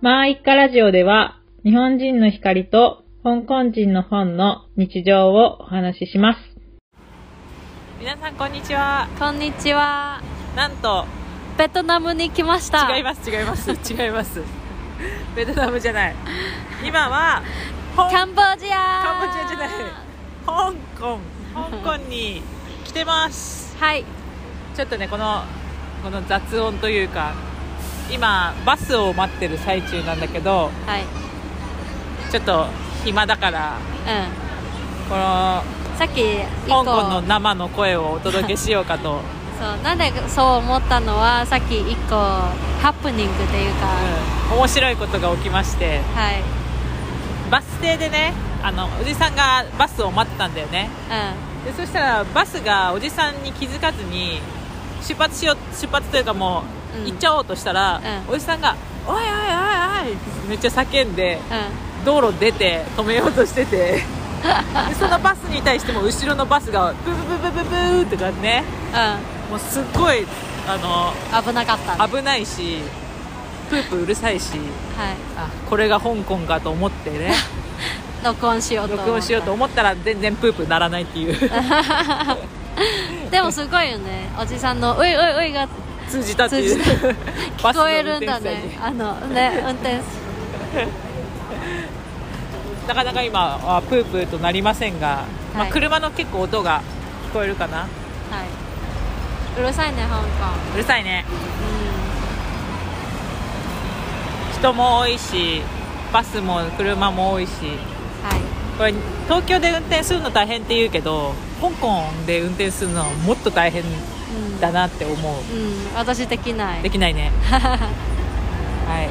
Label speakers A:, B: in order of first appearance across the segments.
A: まあ一家ラジオでは、日本人の光と香港人の本の日常をお話しします。皆さんこんにちは。
B: こんにちは。
A: なんと、
B: ベトナムに来ました。
A: 違います、違い ます、違います。ベトナムじゃない。今は、香
B: キャンボジア。
A: カンボジアじゃない。香港、香港に来てます。
B: はい。
A: ちょっとね、この、この雑音というか、今、バスを待ってる最中なんだけど、
B: はい。
A: ちょっと暇だから、この、
B: うん。さっき一
A: 香
B: 個
A: 港の生の声をお届けしようかと、うん
B: そうなんでそう思ったのはさっき一個ハプニングっていうか、
A: 面白いことが起きまして
B: はい。
A: バス停でねあのおじさんがバスを待ってたんだよね
B: う
A: でそしたらバスがおじさんに気づかずに出発しよう出発というかもう、
B: うん
A: 行っちゃおうとしたら、
B: うん
A: おじさんが「おいおいおいおい」ってめっちゃ叫んで
B: ん
A: 道路出て止めようとしてて でそのバスに対しても後ろのバスがブブブブブブーってかね
B: う
A: もうすっごいあの
B: んうん。危なかった。はい。
A: 危ないしプープうるさいしあこれが香港かと思っ てね
B: 録音しようと思った。
A: 録音しようと思ったら全然プープならないっていう
B: でもすごいよね。おじさんのういういういが
A: 通じたっていう
B: 通じ
A: バ
B: 聞こ
A: スの運
B: え
A: 転
B: るんだね
A: 手。さ
B: あのね運転手。
A: んになかなか今はプープーとなりませんが、ま
B: は
A: あ、
B: い
A: 車の結構音が聞こえるかな
B: はい。うるさいね香
A: うるさいね
B: 港。うん。
A: 人も多いしバスも車も多いし
B: はい、
A: これ東京で運転するの大変って言うけど香港で運転するのはもっと大変
B: うん、
A: だなって思う
B: うん、私できない
A: できないねはい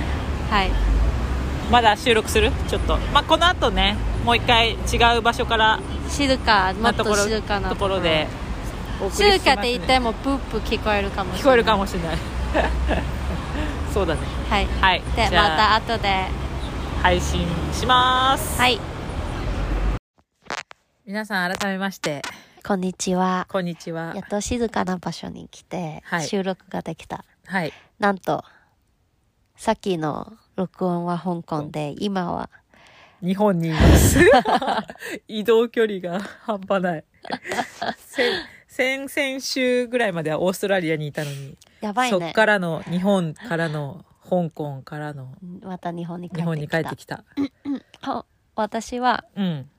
B: はい
A: まだ収録するちょっと、まあ、この後ねもう一回違う場所から
B: 静かも
A: な
B: っ
A: と
B: と
A: ころ
B: 静かな
A: ところでお送り
B: 静
A: しま
B: かっ
A: すね
B: て言ってもプープ聞こえるかもしれない
A: 聞こえるかもしれない そうだね
B: はい、
A: はい
B: で
A: じゃあ
B: また後では
A: 配信します、
B: い
A: 皆さん改めまして
B: こんにちは
A: こんにちは
B: やっと静かな場所に来て、
A: はい
B: 収録ができた
A: はい
B: なんとさっきの録音は香港で今は
A: 日本にいます移動距離が半端 ない先先々週ぐらいまではオーストラリアにいたのに、
B: やばい
A: そ
B: ね
A: っからの日本からの香港からの
B: また日本に帰
A: 日本
B: って
A: に
B: き
A: 帰
B: た
A: ってきた
B: ほ私は
A: うん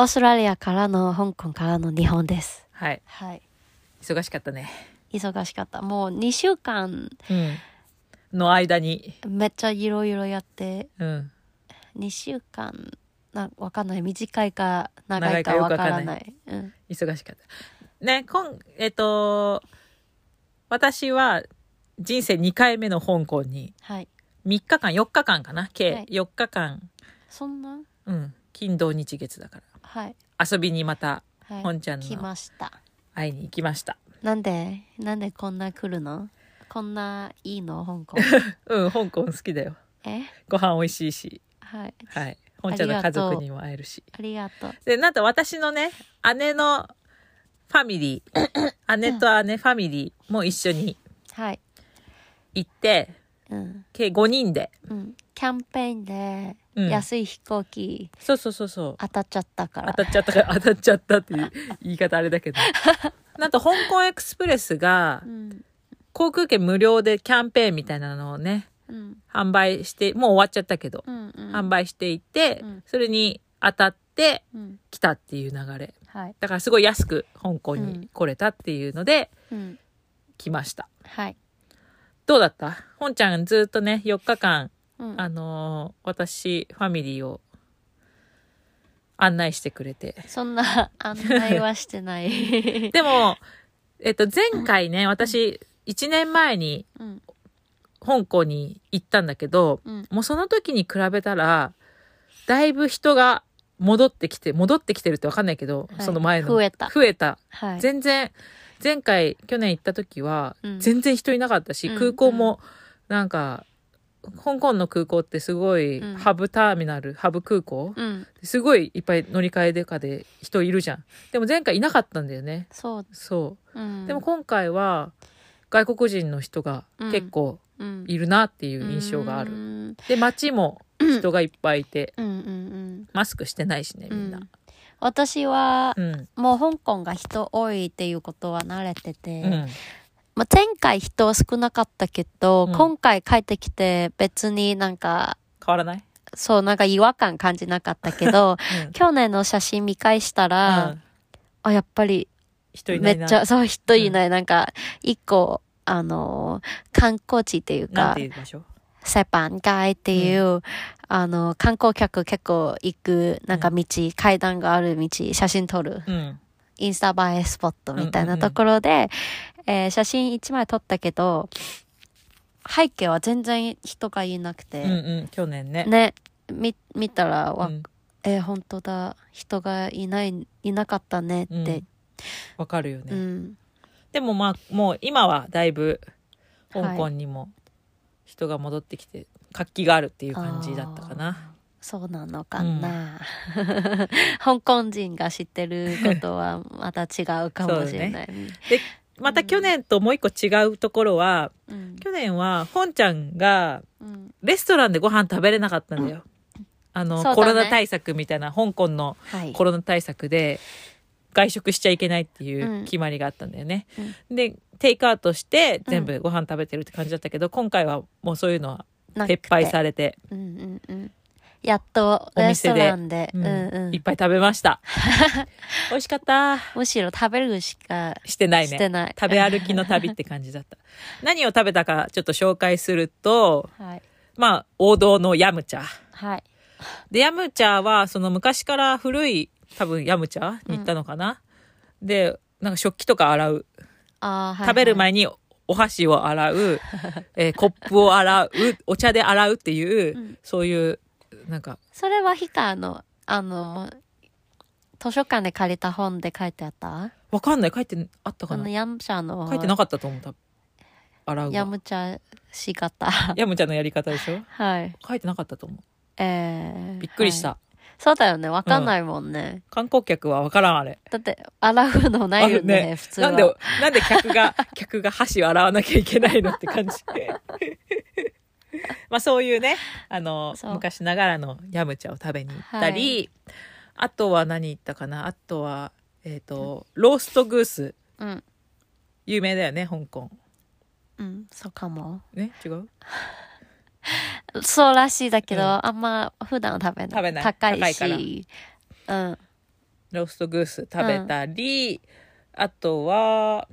B: オーストラリアからの香港からの日本です
A: はい
B: はい
A: 忙しかったね
B: 忙しかったもう2週間
A: うんの間に
B: めっちゃいろいろやって
A: うん
B: 2週間なわかんない短いか長いかわからないうん
A: 忙しかったねこんえっと私は人生2回目の香港に
B: はい
A: 3日間4日間かな
B: は
A: 計
B: い
A: 4日間
B: そんな
A: うん金土日月だか
B: はい
A: ら遊びにまた
B: はい
A: 本ちゃんの
B: 来ました
A: 会いに行きました
B: なんでなんでこんな来るのこんないいの香港
A: うん香港好きだよ
B: え
A: ご飯美味しいし
B: はい
A: はい本ちゃんの
B: あり
A: 家
B: がとう
A: 族にも会えるし
B: ありがとう
A: でなんと私のね姉のファミリ ー姉と姉ファミリーも一緒に
B: はい
A: 行って
B: うん
A: 計5人で
B: うんキャンペーンで
A: うん
B: 安い飛行機
A: そうそうそうそう
B: 当たっちゃったから、
A: 当たっちゃったから当たっちゃったっていう言い方あれだけ どなんと香港エクスプレスが
B: うん
A: 航空券無料でキャンペーンみたいなのをね
B: うん
A: 販売してもう終わっちゃったけど、
B: うんうん
A: 販売していて、
B: うん
A: それに当たって
B: うん
A: 来たっていう流れ
B: はい
A: だからすごい安く香港
B: う
A: に
B: ん
A: 来れたっていうので
B: うん
A: 来ました、
B: はい
A: どうだった本ちゃんずっとね4日間、
B: うん
A: あのー私ファミリーを案内してくれて
B: そん な案内はしてない。
A: でも、えっと、前回ね、私、1年前に
B: うん、
A: 香港に行ったんだけど、
B: うん、
A: もうその時に比べたら、だいぶ人が戻ってきて、戻ってきてるってわかんないけど、
B: はい
A: その前の。
B: 増えた
A: 増えた。
B: はい。
A: 全然、前回、去年行った時は
B: う、ん
A: 全然人いなかったし、
B: うん
A: 空港も、なんか、香港の空港ってすごい、
B: うん
A: ハブターミナル、ハブ空港
B: うん、
A: すごいいっぱい乗り換えでかで人いるじゃん。でも前回いなかったんだよね。
B: そう、
A: そう。
B: うん。
A: でも今回は外国人の人が結構
B: うん、
A: いるなっていう印象がある。
B: うん。
A: で街も人がいっぱいいて、
B: うんうん
A: マスクしてないしね
B: う
A: みん
B: ん。う、
A: なん
B: 私は、
A: うん
B: もう香港が人多いっていうことは慣れてて、
A: うん
B: まあ、前回人少なかったけど、
A: うん
B: 今回帰ってきて別になんか、
A: 変わらない、
B: そう、なんか違和感感じなかったけ ど、
A: うん
B: 去年の写真見返したら、
A: うん
B: あ、やっぱり
A: 人いな
B: め
A: い
B: っ
A: な
B: ちゃ、そう、人いない、なんか、一個、あのー、観光地っていう
A: なん
B: か
A: て、いう場所
B: サイパン街っていう、あの、観光客結構行く、なんか道、階段がある道、写真撮る、
A: うん
B: インスタ映えスポットみたい
A: うん
B: な
A: う
B: ん
A: うん
B: ところで、えー写真一枚撮ったけど、背景は全然人がいなく
A: うん
B: て、
A: うん去年ね
B: ね、み、見たらわ、
A: うん
B: えー本当だ、人がいない、いなかったねって、
A: う
B: うんん、
A: わかるよね、でもまあもう今はだいぶ香港にも人が戻ってきて活気があるっていう感じだったかな、
B: そうなのかな、香港人が知ってることはまた違うかもしれない。
A: また去年ともう一個違うところは
B: うん
A: 去年はほんちゃんが
B: うん
A: レストランでご飯食べれなかったんだよ、あの、
B: そうだね
A: コロナ対策みたいな香港の
B: はい
A: コロナ対策で外食しちゃいけないっていううん決まりがあったんだよね、でテイクアウトして全部ご飯食べてるって感じだったけど、今回はもうそういうのは
B: なくて
A: 撤廃されて
B: うんうんうんやっと
A: お
B: レス
A: 店
B: ト
A: で
B: ランで、
A: う
B: うんんう
A: いっ
B: ん、
A: ぱい食べました。 美味しかった。
B: むしろ食べるしか
A: してない
B: して
A: ね。
B: ない。
A: 食べ歩きの旅って感じだった。何を食べたかちょっと紹介すると、
B: はい。
A: まあ、王道のヤムチャ。
B: はい。
A: で、ヤムチャは、その昔から古い、多分ヤムチャに行ったのかな、で、なんか食器とか洗う。
B: あーはい、
A: 食べる
B: はい
A: 前にお箸を洗 う、えーコップを洗う、お茶で洗うっていう、
B: うん
A: そういう、なんか、
B: それはヒカの、あの、図書館で借りた本で書いてあった
A: わかんない。書いてあった
B: あ
A: か
B: の、
A: な
B: ヤムチャの、
A: 書いてなかったと思う。多分洗う
B: ヤ
A: は。
B: ムチャし方。
A: ヤムチャのやり方でしょ
B: はい。
A: 書いてなかったと思う。
B: えー、
A: びっくりし
B: は
A: た。
B: いそうだよね。わかんないもんね。
A: 観光客はわからんあれ。
B: だって、洗うのないよ
A: ある
B: ね、
A: ね
B: 普通は。
A: なんで、なんで客が、 客が箸を洗わなきゃいけないのって感じ で。まあそういうね、あの、
B: そう
A: 昔ながらのヤムチャを食べに行ったり、あとは何行ったかなあとは、えっ、と、ローストグース。
B: うん。
A: 有名だよね、香港。
B: うん、そうかも。
A: ね違う
B: そうらしいだけど、
A: うん
B: あんま普段は食べない。
A: 食べない
B: 高い
A: 高
B: し。うん。
A: ローストグース食べたり、あとは、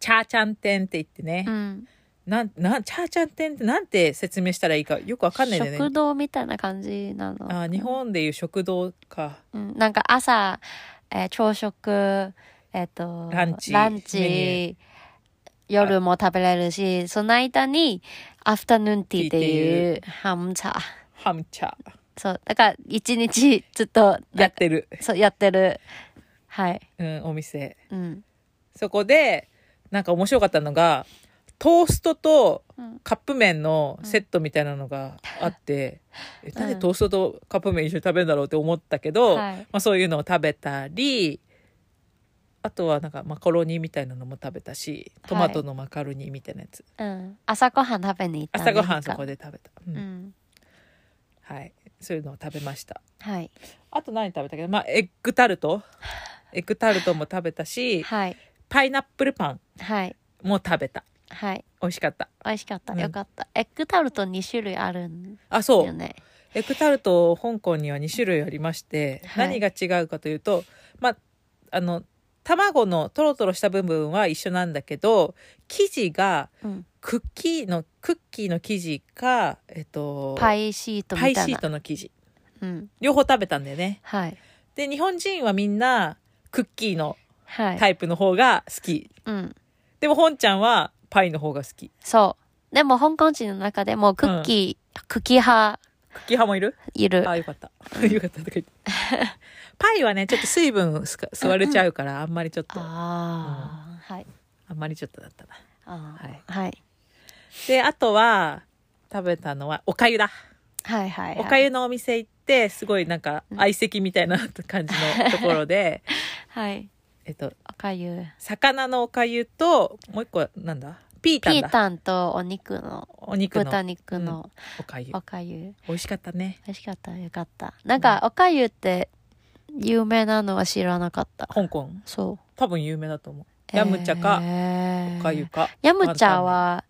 A: チャーチャンテンって言ってね、
B: うん。
A: なん、なん、チャーチャン店ってなんて説明したらいいかよくわかんないんだよね。
B: 食堂みたいな感じなの。
A: あー日本でいう食堂か。
B: うん、なんか朝、えー朝食、えっ、と、
A: ランチ
B: チ
A: メニ
B: 夜も食べれるし、その間に、アフタヌーンティーっていう、ハム茶。
A: ハムチャー。
B: そう。だから、一日ずっと、
A: やってる。
B: そう、やってる。はい。
A: うん、お店。
B: うん。
A: そこで、なんか面白かったのが、トーストと
B: うん
A: カップ麺のセットみたいなのがあ って、えなんでトーストとカップ麺一緒に食べるんだろうって思ったけど、
B: はい
A: まあそういうのを食べたり、あとはなんかマカロニみたいなのも食べたし、トマトのマカロニみたいなやつ。
B: うん。朝ごはん食べに行った、ね、
A: 朝ごはんそこで食べた。う
B: うんん。
A: はい。そういうのを食べました。
B: はい。
A: あと何食べたっけまあ、エッグタルト。エッグタルトも食べたし、
B: はい。
A: パイナップルパン
B: はい。
A: も食べた。
B: はい。
A: 美味しかった。
B: 美味しかった。
A: うん
B: よかった。エッグタルト2種類あるん
A: あ、
B: だ
A: そ
B: よ
A: う。
B: ね。
A: エッグタルト、香港には2種類ありまして、
B: はい
A: 何が違うかというと、まあ、あの、卵のトロトロした部分は一緒なんだけど、生地が
B: うん。
A: クッキーの、クッキーの生地か、えっと、
B: パイシートみ
A: パ
B: たい
A: イ
B: な。
A: シートの生地。
B: うん。
A: 両方食べたんだよね。
B: はい。
A: で、日本人はみんな、クッキーの
B: はい。
A: タイプの方が好き。
B: うん。
A: でも、本ちゃんはパイの方が好き。
B: そう。でも、香港人の中でも、クッキー、クッキー派
A: クッキー派もいる
B: いる。
A: あ、よかった。 よかったとか言って。パイはね、ちょっと水分すか吸われちゃうから、あんまりちょっと、あ
B: ああ、はい。
A: んまりちょっとだったな。
B: あー
A: はい
B: はい。
A: で、あとは、食べたのは、おかゆだ。
B: はいはい。
A: おかゆのお店行って、すごいなんか、
B: うん
A: 相席みたいな感じのとこ ろで、
B: はい。
A: えっと、
B: おかゆ。
A: 魚のおかゆと、もう一個、なんだピータン
B: ピ
A: だ。
B: ータンとお肉の、
A: お肉の
B: 豚肉の
A: おかゆ。
B: おかゆ。
A: 美味しかったね。
B: 美味しかった、よかった。なんか、おかゆって有名なのは知らなかった。
A: 香港。
B: そう。
A: 多分有名だと思う。ヤムチャか、
B: えー
A: おかゆか。
B: ヤムチャは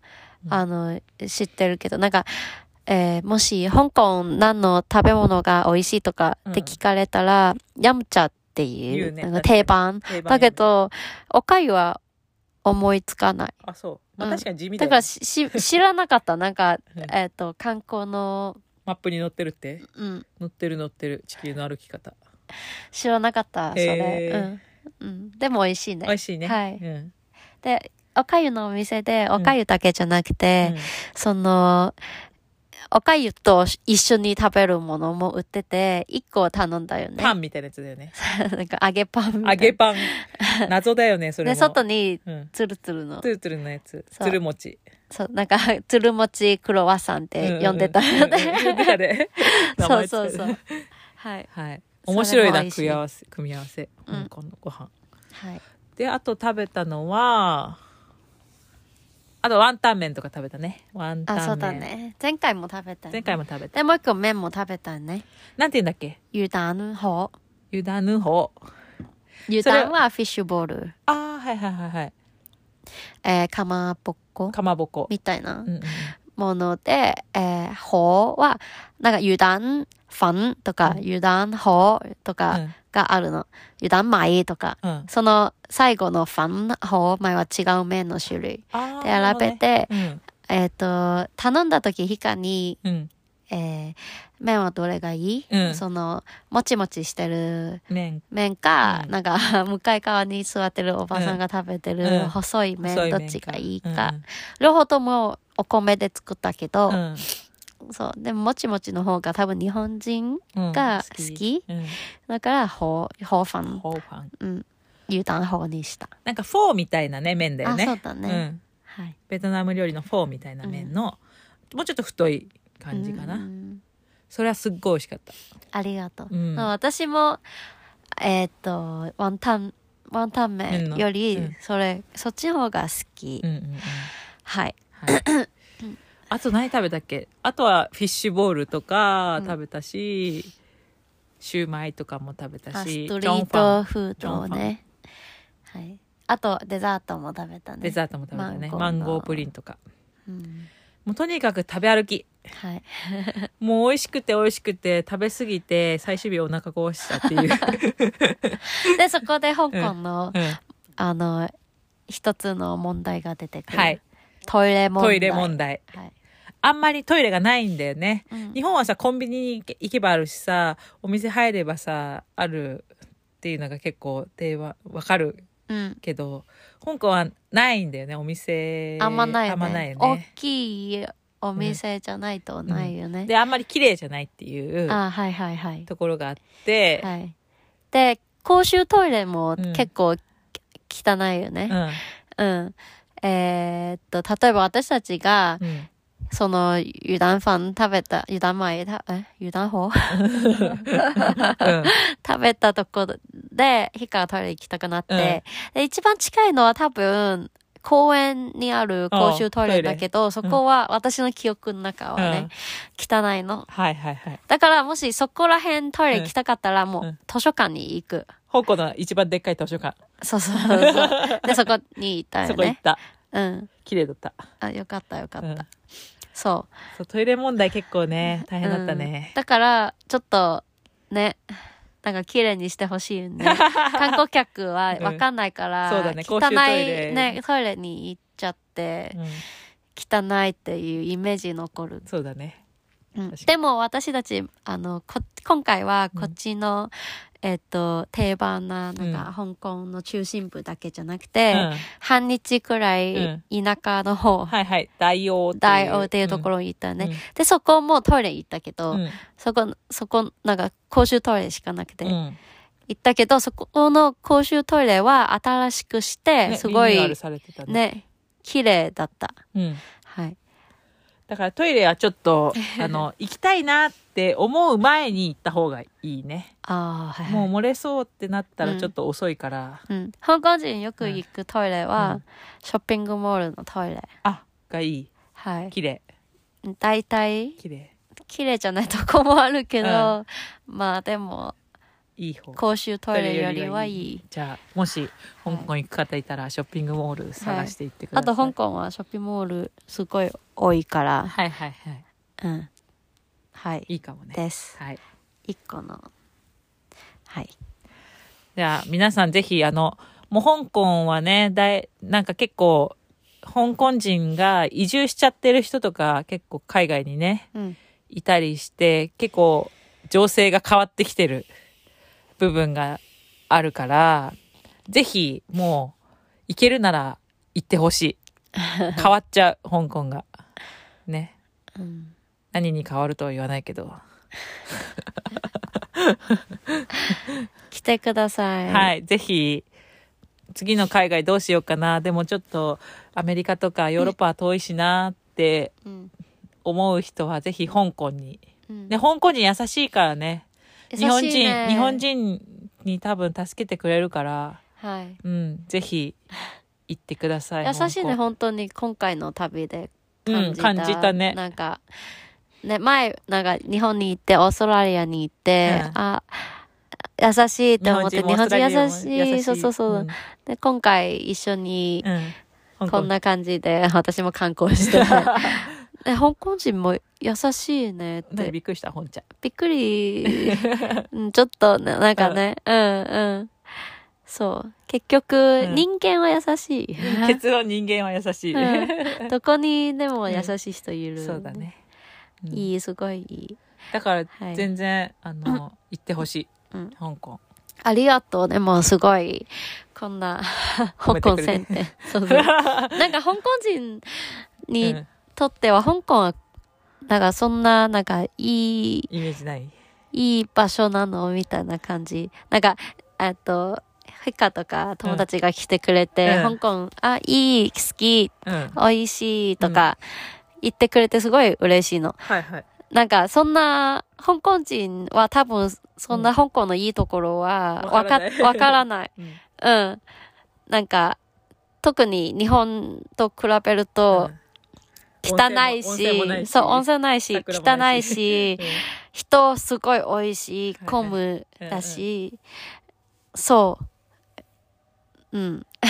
A: う、ん
B: あの、知ってるけど、なんか、えーもし、香港何の食べ物が美味しいとかって聞かれたら、ヤムチャってい
A: 言う
B: う、
A: ね
B: なんか定番。
A: 定番
B: だけど、おかゆは思いつかない。
A: あ、そう。まあ
B: うん
A: 確かに地味だ
B: だ
A: よ
B: から
A: ね。
B: し、し、知らなかった。なんか
A: うん、
B: えっと、観光の、
A: マップに載ってるって。
B: うん、
A: 載ってる載ってる。地球の歩き方。
B: 知らなかった、そ
A: へ
B: れ。う
A: ー
B: ん。うん。でも美味しい
A: 美味
B: ね。
A: しいね。
B: はい
A: うん。
B: で、おかゆのお店で、おかゆだけじゃなくて、その、おかゆと一緒に食べるものも売ってて、一個頼んだよ
A: うん
B: ね。
A: パンみたいなやつだよね。
B: なんか揚げパンみたいな。
A: 揚げパン。謎だよね、それも。
B: で、外に
A: うん。
B: つるつるの
A: ツ。ルツルのやつ。
B: そう
A: ツル餅。
B: そう、なんか、つるもちクロワッサンって呼んでた
A: よ
B: よ
A: ね。うん
B: ね。
A: 呼んで たね名
B: そう
A: 前
B: そう
A: つけ
B: そ
A: て
B: う。はい。
A: はい。
B: それも
A: 面白いな、
B: 美味しい
A: 組み合わせ。組み合わせ。
B: うん
A: 香港のご飯。
B: はい。
A: で、あと食べたのは、あとワンタン麺とか食べたね。ワンタン
B: あ、
A: 麺。
B: そうだね。前回も食べた、ね。
A: 前回も食べた。
B: で、もう一個麺も食べたね。
A: なんて言うんだっけ
B: 油断法。
A: ゆだぬほ。
B: 油断はフィッシュボール。
A: ああ、はいはいはいはい。
B: えー、かまぼっこ
A: かまぼこ。
B: みたいな
A: うんうんうん
B: もので、えー、法は、なんか油断粉とか、
A: うん
B: 油断法と
A: う
B: か
A: ん
B: があるの。油断米とか。
A: うん。
B: その最後の粉法米は違う麺の種類。
A: あー
B: で、選べ。て、
A: なるほどね
B: えっ、と、頼んだ時、ヒカに、
A: うん。うん。
B: えー、麺はどれがいい、
A: うん
B: その、もちもちしてる
A: 麺。
B: 麺か、
A: うん
B: なんか、 向かい側に座ってるおばさんが食べて
A: うんうん
B: る細い麺、
A: 細い
B: ど
A: 麺
B: っちがいい
A: うん
B: か。両方ともお米で作ったけど、
A: うん。
B: そう。でも、もちもちの方が多分日本人
A: うん
B: が好き。
A: うん。
B: だから、ほう、ほうファン、
A: ほうパン。
B: うん、牛タンほうにした。
A: なんかフォーみたいなね、麺だよね。
B: あそうだね
A: うん。
B: はい。
A: ベトナム料理のフォーみたいな麺の、もうちょっと太い感じかな、
B: うん
A: それはすっごい美味しかった
B: ありがとう。
A: うん
B: 私も、えーっ、と、ワンタン、ワンタン
A: 麺
B: 麺
A: の
B: よ
A: う
B: り
A: ん、
B: それ、そっちの方が好き。
A: うんうんうん
B: はい。
A: はいあと何食べたっけあとはフィッシュボールとか食べたし、シューマイとかも食べた
B: あス
A: し
B: トリ
A: ジョン
B: ー
A: ファ
B: ト
A: ン
B: フードをね。はい。あと、デザートも食べたね。
A: デザートも食べたねマ
B: マ
A: ン
B: ンゴーの
A: ゴープリンとか
B: うん
A: もうとにかく食べ歩き
B: はい。
A: もう美味しくて美味しくて食べ過ぎて最終日お腹壊したっていう、
B: で、そこで香港の、
A: うん
B: あの、一つの問題が出てくる。
A: はい。
B: トイレ問題。
A: トイレ問題
B: はい。
A: あんまりトイレがないんだよね
B: うん
A: 日本はさコンビニに行け行けばあるしさお店入ればさあるっていうのが結構定はわかる
B: うん。
A: けど香港はないんだよねお店
B: あんまない
A: あ
B: よ
A: んまない
B: ね。
A: よ
B: 大
A: ね
B: きいお店じゃないとないよね。
A: であんまり綺麗じゃないっていう
B: あ、はいはいはい。
A: ところがあって、
B: はい。で、公衆トイレも
A: うん
B: 結構き汚いよね。うん。えーっと、例えば私たちが、
A: うん、うん、
B: その、油断ファン食べた、油断米、たえ油断法食べたとこで、ヒカがトイレ行きたくなって、で一番近いのは多分、公園にある公衆トイレだけど、そこは私の記憶の中はね、汚いの。
A: はいはいはい
B: だからもしそこら辺トイレ行きたかったらも
A: う
B: うん図書館に行く。
A: 香港の一番でっかい図書館、
B: そうそうそう。で、そこに行ったよ
A: そこ行っ
B: ね。
A: た
B: うん。
A: 綺麗だった
B: あ、よかったよかった。
A: うん
B: そう。
A: そうトイレ問題結構ね大変だった
B: うん
A: ね、
B: だから、ちょっと、ね、なんか綺麗にしてほしいよ ね。観光客はわかんないから、
A: うんそうだね
B: 汚
A: 公衆トイ
B: い
A: レ
B: ね、トイレに行っちゃって
A: う、ん、
B: 汚いっていうイメージ残る。
A: そうだね
B: うん
A: 確かに
B: でも私たち、あの、こ今回はこっちの、えっと、定番な、なんか、香港の中心部だけじゃなくて、
A: うん
B: 半日くらい田舎の方、
A: はいはい大王っていう
B: 大王っていうところに行ったね。
A: うん
B: で、そこもトイレ行ったけど、
A: うんうん
B: そこ、そこ、なんか公衆トイレしかなくて、
A: うん
B: 行ったけど、そこの公衆トイレは新しくして、
A: ね
B: すご
A: リニューアル
B: い、
A: されてたね
B: ね、綺麗だった。
A: うん、
B: はい。
A: だからトイレはちょっと、あの、 行きたいなって思う前に行った方がいいね。
B: ああ、はい、
A: も
B: は
A: う
B: い。
A: 漏れそうってなった
B: う
A: ら
B: ん
A: ちょっと遅いから、
B: うん、香港人よく行くトイレは、
A: うん
B: ショッピングモールのトイレ。
A: あ、がいい。
B: はい。
A: 綺麗、
B: 大体、
A: 綺麗。
B: 綺麗じゃないとこもあるけど、まあでも、
A: いい方。
B: 公衆トイレよりはいい。
A: じゃあ、もし、香港行く方いたら、ショッピングモール探していってくだ
B: あ
A: さい。
B: と香港はショッピングモールすごい多いから、
A: はいはいはい。
B: うん。はい。
A: いいかもね。
B: です。
A: はい。
B: 一個の。はい。
A: じゃあ、皆さんぜひ、あの、もう香港はね、だい、なんか結構、香港人が移住しちゃってる人とか、結構海外にね、
B: うん。
A: いたりして、結構、情勢が変わってきてる部分があるから、ぜひ、もう、行けるなら行ってほしい。変わっちゃう、香港が。ね。
B: うん。
A: 何に変わるとは言わないけど。
B: 来てください。。
A: はいい、ぜひ、次の海外どうしようかな。でもちょっと、アメリカとかヨーロッパは遠いしなって
B: うん。
A: 思う人は、ぜひ香港に。
B: うん
A: で、香港に優しいからね。
B: 優し
A: 日本
B: いね
A: 人、日本。人に多分助けてくれるから、
B: はい。
A: うん、ぜひ、行ってください。
B: 優しいね、
A: 香港
B: 本当に今回の旅で
A: う
B: 感
A: ん、
B: じた。
A: 感じたね。
B: なんか、ね、前、なんか日本に行って、オーストラリアに行って、
A: うん
B: あ、優しいって思って、日
A: もオー
B: 本
A: スト
B: 人
A: ラリア
B: 優
A: も
B: しい。そうそうそう。
A: ん
B: で、今回一緒に、
A: うん、
B: こんな感じで、私も観光して、で香港人も優しいねっ
A: 香港。
B: て。
A: びっくりした、本ちゃん。
B: びっく り。うんちょっとな、なんかね、うん、うん。そう。結局、
A: うん
B: 人間は優しい。
A: 結論人間は優しい。
B: うんどこにでも優しい人いる、
A: そうだ。ね。うん
B: いい、すごいいい。
A: だから
B: はい
A: 全然、あの、行ってほしい、
B: うん
A: 香港
B: ありがとう。でも、すごい、こんな、香
A: めて
B: 港
A: くれ
B: 選
A: て
B: 定。そうそう。 なんか、香港人に
A: うん
B: とっては、香港は、なんか、そんな、なんか、いい、
A: イメージない
B: いい場所なのみたいな感じ。なんか、えっと、フィカとか友達が来てくれて、
A: うん
B: 香港、あ、いい、好き、
A: うん
B: 美味しいとか、言ってくれてすごい嬉しいの。
A: はいはい
B: なんか、そんな、香港人は多分、そん
A: う
B: なん香港のいいところは、
A: わ
B: わ
A: か
B: か
A: らない、
B: わからない。
A: うん
B: うん。なんか、特に日本と比べると、汚い
A: 温泉も温泉もない
B: し、
A: し
B: そう、温泉ないし、
A: 桜も
B: 汚
A: ない
B: い し、人すごい多いし、
A: はいはい
B: 混むだし、そう。うん。
A: うんい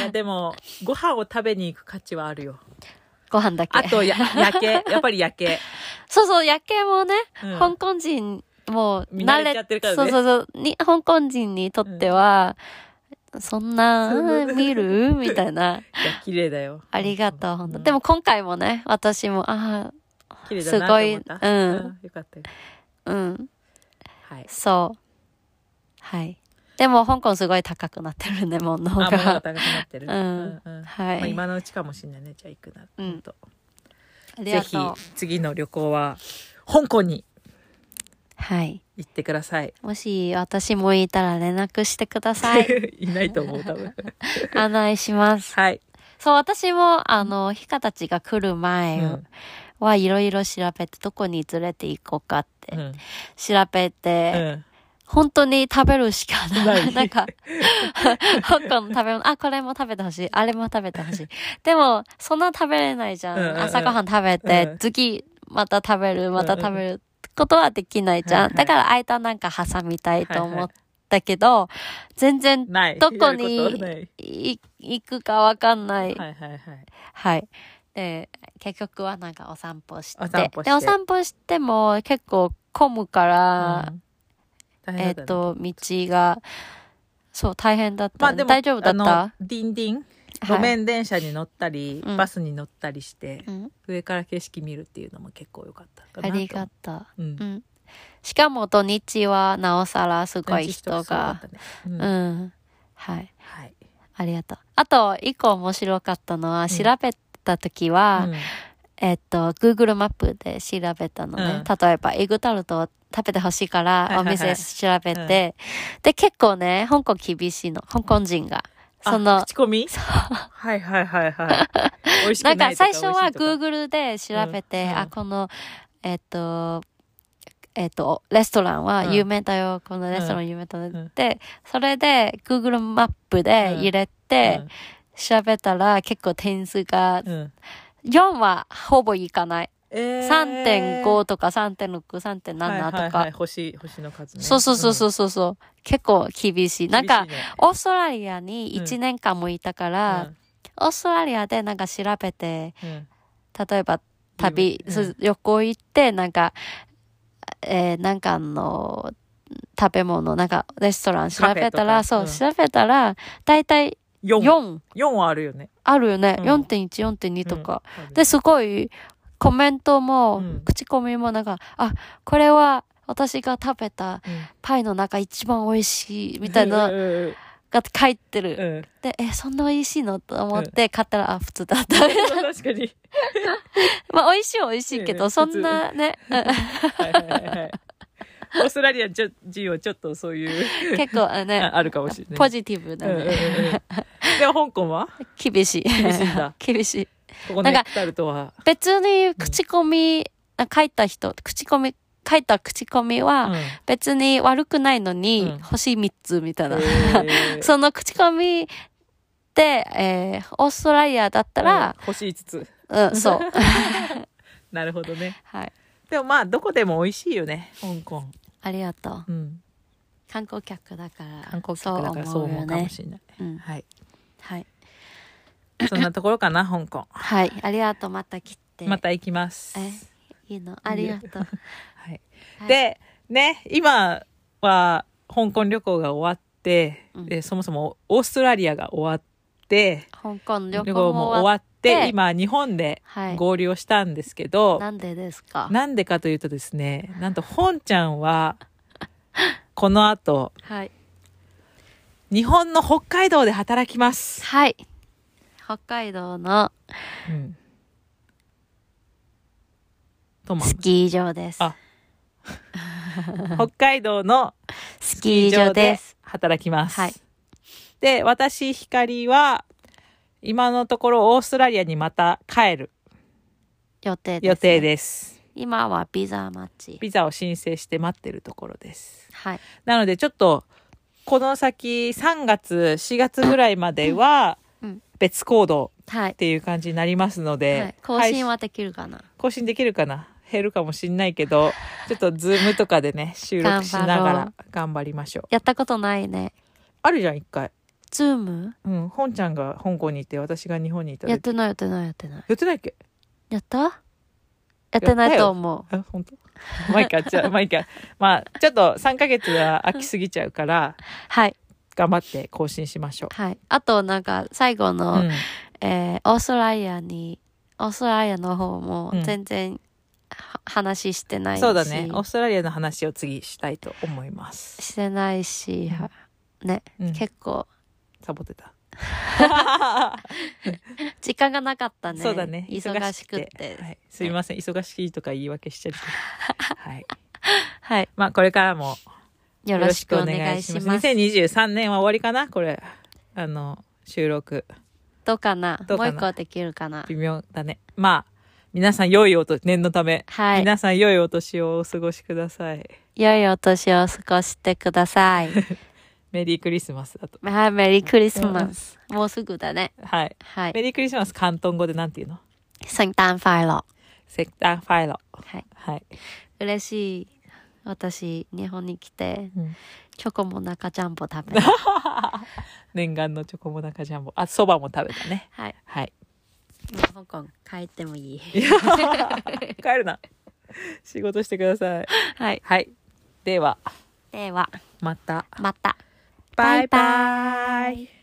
A: やでもご飯を食べに行く価値はあるよ
B: ご飯だけ
A: あ。とや夜景やっぱり夜景、
B: そうそう、夜景もね、
A: うん
B: 香港人も
A: 見慣れちゃってるからね
B: そうそうそうに香港人にとっては、そんな
A: そんな
B: 見るみたい な
A: いや綺麗だよ
B: ありがとう本当、
A: ん
B: でも今回もね私もあ
A: 綺麗だなと思った
B: すごいうん
A: よかったよ
B: あうん
A: はい
B: そうはいでも香港すごい高くなってるねもの
A: あ物が
B: が
A: 高くなってる、
B: うん
A: うん
B: はい
A: まあ、今のうちかもしれないねじゃあ行くな、
B: うん
A: ほと
B: あり
A: ぜ
B: が
A: ひ
B: とう
A: 次の旅行は香港に
B: はい
A: 行ってください
B: もし私もいたら連絡してくださ い
A: いないと思う多分
B: 案内します
A: はい、
B: そう私もあのヒカたちが来る
A: う
B: 前
A: ん
B: はいろいろ調べてどこに連れて行こうかって
A: うん
B: 調べて、
A: うん
B: 本当に食べるしかな
A: ない
B: い。 なんか、香港の食べ物、あ、これも食べてほしい。あれも食べてほしい。でも、そんな食べれないじゃん。
A: うんうんうん
B: 朝ごはん食べて、
A: うん
B: 次、また食べる、また食べることはできないじゃん。
A: はいはい
B: だから、間なんか挟みたいと思ったけど、全然
A: ない
B: どこに
A: やることない
B: い行くかわかんない。
A: はいはいはい
B: はい。で、結局はなんかお散歩して。
A: お散歩して
B: で、お散歩しても結構混むから、
A: うん大
B: え
A: 変
B: っ、
A: だったね
B: と、道が、そう、大変だった。
A: まあでも
B: 大丈夫だった
A: あのディンディン
B: はい
A: 路面電車に乗ったり、
B: うん
A: バスに乗ったりして、
B: うん、
A: 上から景色見るっていうのも結構良かったか
B: あ
A: な
B: りがとう。
A: うん
B: う、ん。しかも土日はなおさらすごい人が
A: す。ごい人が多かったねうん
B: うん。はい。
A: はい
B: ありがとう。あと、一個面白かったのは、調べた時
A: う
B: は、
A: ん
B: えっと、Google マップで調べたのね。
A: う
B: 例えば、エグタルトを食べてほしいか
A: はい
B: ら、
A: は
B: お
A: いはい
B: 店調べて、
A: うん
B: で、結構ね、香港厳しいの。香港人が。その
A: あ、口コミはいはいはいはい美味しく
B: なん
A: ない
B: か
A: と
B: 最
A: か
B: 初は
A: 美味しいとか
B: Google で調べて、
A: うんうん
B: あ、この、えっと、えっと、レストランは有名だよ、このレストラン有名だよって、それで Google マップで入れて、調べたら結構点数が、
A: うんうん
B: 4はほぼいかない。
A: えー
B: 3.5とか3.6、
A: はいはい
B: 3.7と
A: はい
B: か。
A: 星星の数ね
B: そうそうそうそううそうそう。結構厳しい。なんか、
A: 厳しいね
B: オーストラリアに1年間もいたから、オーストラリアでなんか調べて、
A: うんうん
B: 例えば旅、
A: うん
B: そう旅行行って、なんか、えーなんかあの、食べ物、なんかレストラン調べたら、
A: カフェと
B: そう、
A: か
B: 調べたら、だいたい
A: 4
B: 4
A: 四はあるよね
B: あるよね。
A: うん
B: 4.1、4.2とか。
A: うん
B: で、すごい、コメントも、
A: うん
B: 口コミもなんか、あ、これは私が食べた
A: うん
B: パイの中一番美味しいみたいな
A: うんうん
B: が書いてる。
A: うん
B: で、え、そんな美味しいのと思って買ったら、あ、普通だった。
A: 確かに
B: まあ、美味しいは美味しいけ
A: いいよ
B: ど、
A: ね
B: そんなね、
A: はいはいはいはいオーストラリアじょ人はちょっとそういう
B: うん結構あね、
A: ああるかもしれない
B: ポジティブだ
A: うんうんうん
B: ね。
A: でも香港は
B: 厳しい。
A: 厳しいんだ
B: 厳しい。
A: ここ
B: なん
A: ネ
B: か
A: クタルトは
B: 別に口コミ、あ書いた人、口コミ、書いた口コミは、
A: う
B: 別に悪くないの
A: う
B: に
A: ん、
B: 星3つみたい
A: ん
B: な。
A: えー
B: その口コミで、えーオーストラリアだったら、
A: うん星5つ
B: うん、そう。
A: なるほどね
B: はい。
A: でもまあどこでも美味しいよね香港
B: ありがとう。
A: うん
B: 観光客だから。
A: 観光客だからそう思うかもしれない
B: そう思うよね。
A: はい
B: うん。はい。
A: そんなところかな香港
B: はい。ありがとう。また来て。
A: また行きます
B: え、いいのありがとう。
A: はい
B: はい
A: でね今は香港旅行が終わって
B: うん
A: でそもそもオーストラリアが終わって
B: 香港旅
A: 旅
B: 行も
A: 行も
B: 終
A: 終
B: わっ
A: わって
B: で
A: 今日本で
B: はい。
A: 合流をしたんですけど、
B: なんでですか
A: なんでかというとですねなんと本ちゃんはこの後
B: はい。
A: 日本の北海道で働きます、
B: はい。北海道の
A: うん、トマ
B: スキー場です。
A: あ北海道の
B: スキー場です。
A: 働きます、
B: はい
A: で私ひかりは今のところオーストラリアにまた帰る
B: 予定です、
A: 予定。です
B: 今はビザ待ち。
A: ビザを申請して待ってるところです
B: はい。
A: なのでちょっとこの先3月4月ぐらいまでは
B: うん
A: 別行動
B: はい
A: っ。ていう感じになりますので、
B: はい、更
A: 配
B: 新
A: 信
B: はできるかな、
A: 更新できるかな減るかもしんないけどちょっとズームとかでね収録しながら頑張りましょう
B: やったことないね。
A: あるじゃん一回
B: ズーム
A: うん本ちゃんが香港にいて私が日本にいた
B: やっ
A: 時
B: てないやってないやってない。
A: やってないっけ
B: やったやってないと思
A: あ本当マイカじゃ あマイカまあちょっと3ヶ月は空きすぎちゃうから
B: う。はい。
A: 頑張って更新しましょ
B: はい。あと、なんか、最後
A: う、
B: の、
A: うん
B: えーオーストラリアに、オーストラリアの方も
A: うん
B: 全然、は話してないし。
A: そうだねオーストラリアの話を次したいと思います
B: してないし、
A: うん
B: はね、
A: うん
B: 結構、
A: サボってた
B: 時間がなかったね。
A: そうだね
B: 忙しくて。
A: はい、すみません忙しいとか言い訳しちゃってはい
B: はい。
A: まあこれからも
B: よろしくお願いし
A: よろくお
B: ます。
A: 2023年は終わりかなこれあの収録
B: どうかな
A: どうかな
B: もう一個できるかな
A: 微妙だねまあ皆さん良いおと念のため、
B: はい。
A: 皆さん良いお年をお過ごしください
B: 良いお年を過ごしてくださ い。
A: メリークリスマスだと
B: はい、メリークリスマス。もうすぐだね。
A: はい
B: はい。
A: メリークリスマス広東語でなんて言うの
B: 聖誕快乐。
A: セクターファイロ
B: はい。
A: はい、
B: 嬉しい。私、日本に来て、
A: うん
B: チョコモナカジャンボ食 べた。
A: 念願のチョコモナカジャンボあそばも食べたね
B: はい。
A: はい
B: もう香港帰ってもいい。
A: 帰るな仕事してください
B: はい。
A: はいでは
B: では、
A: また
B: また。
A: バイバイ
B: バイバイ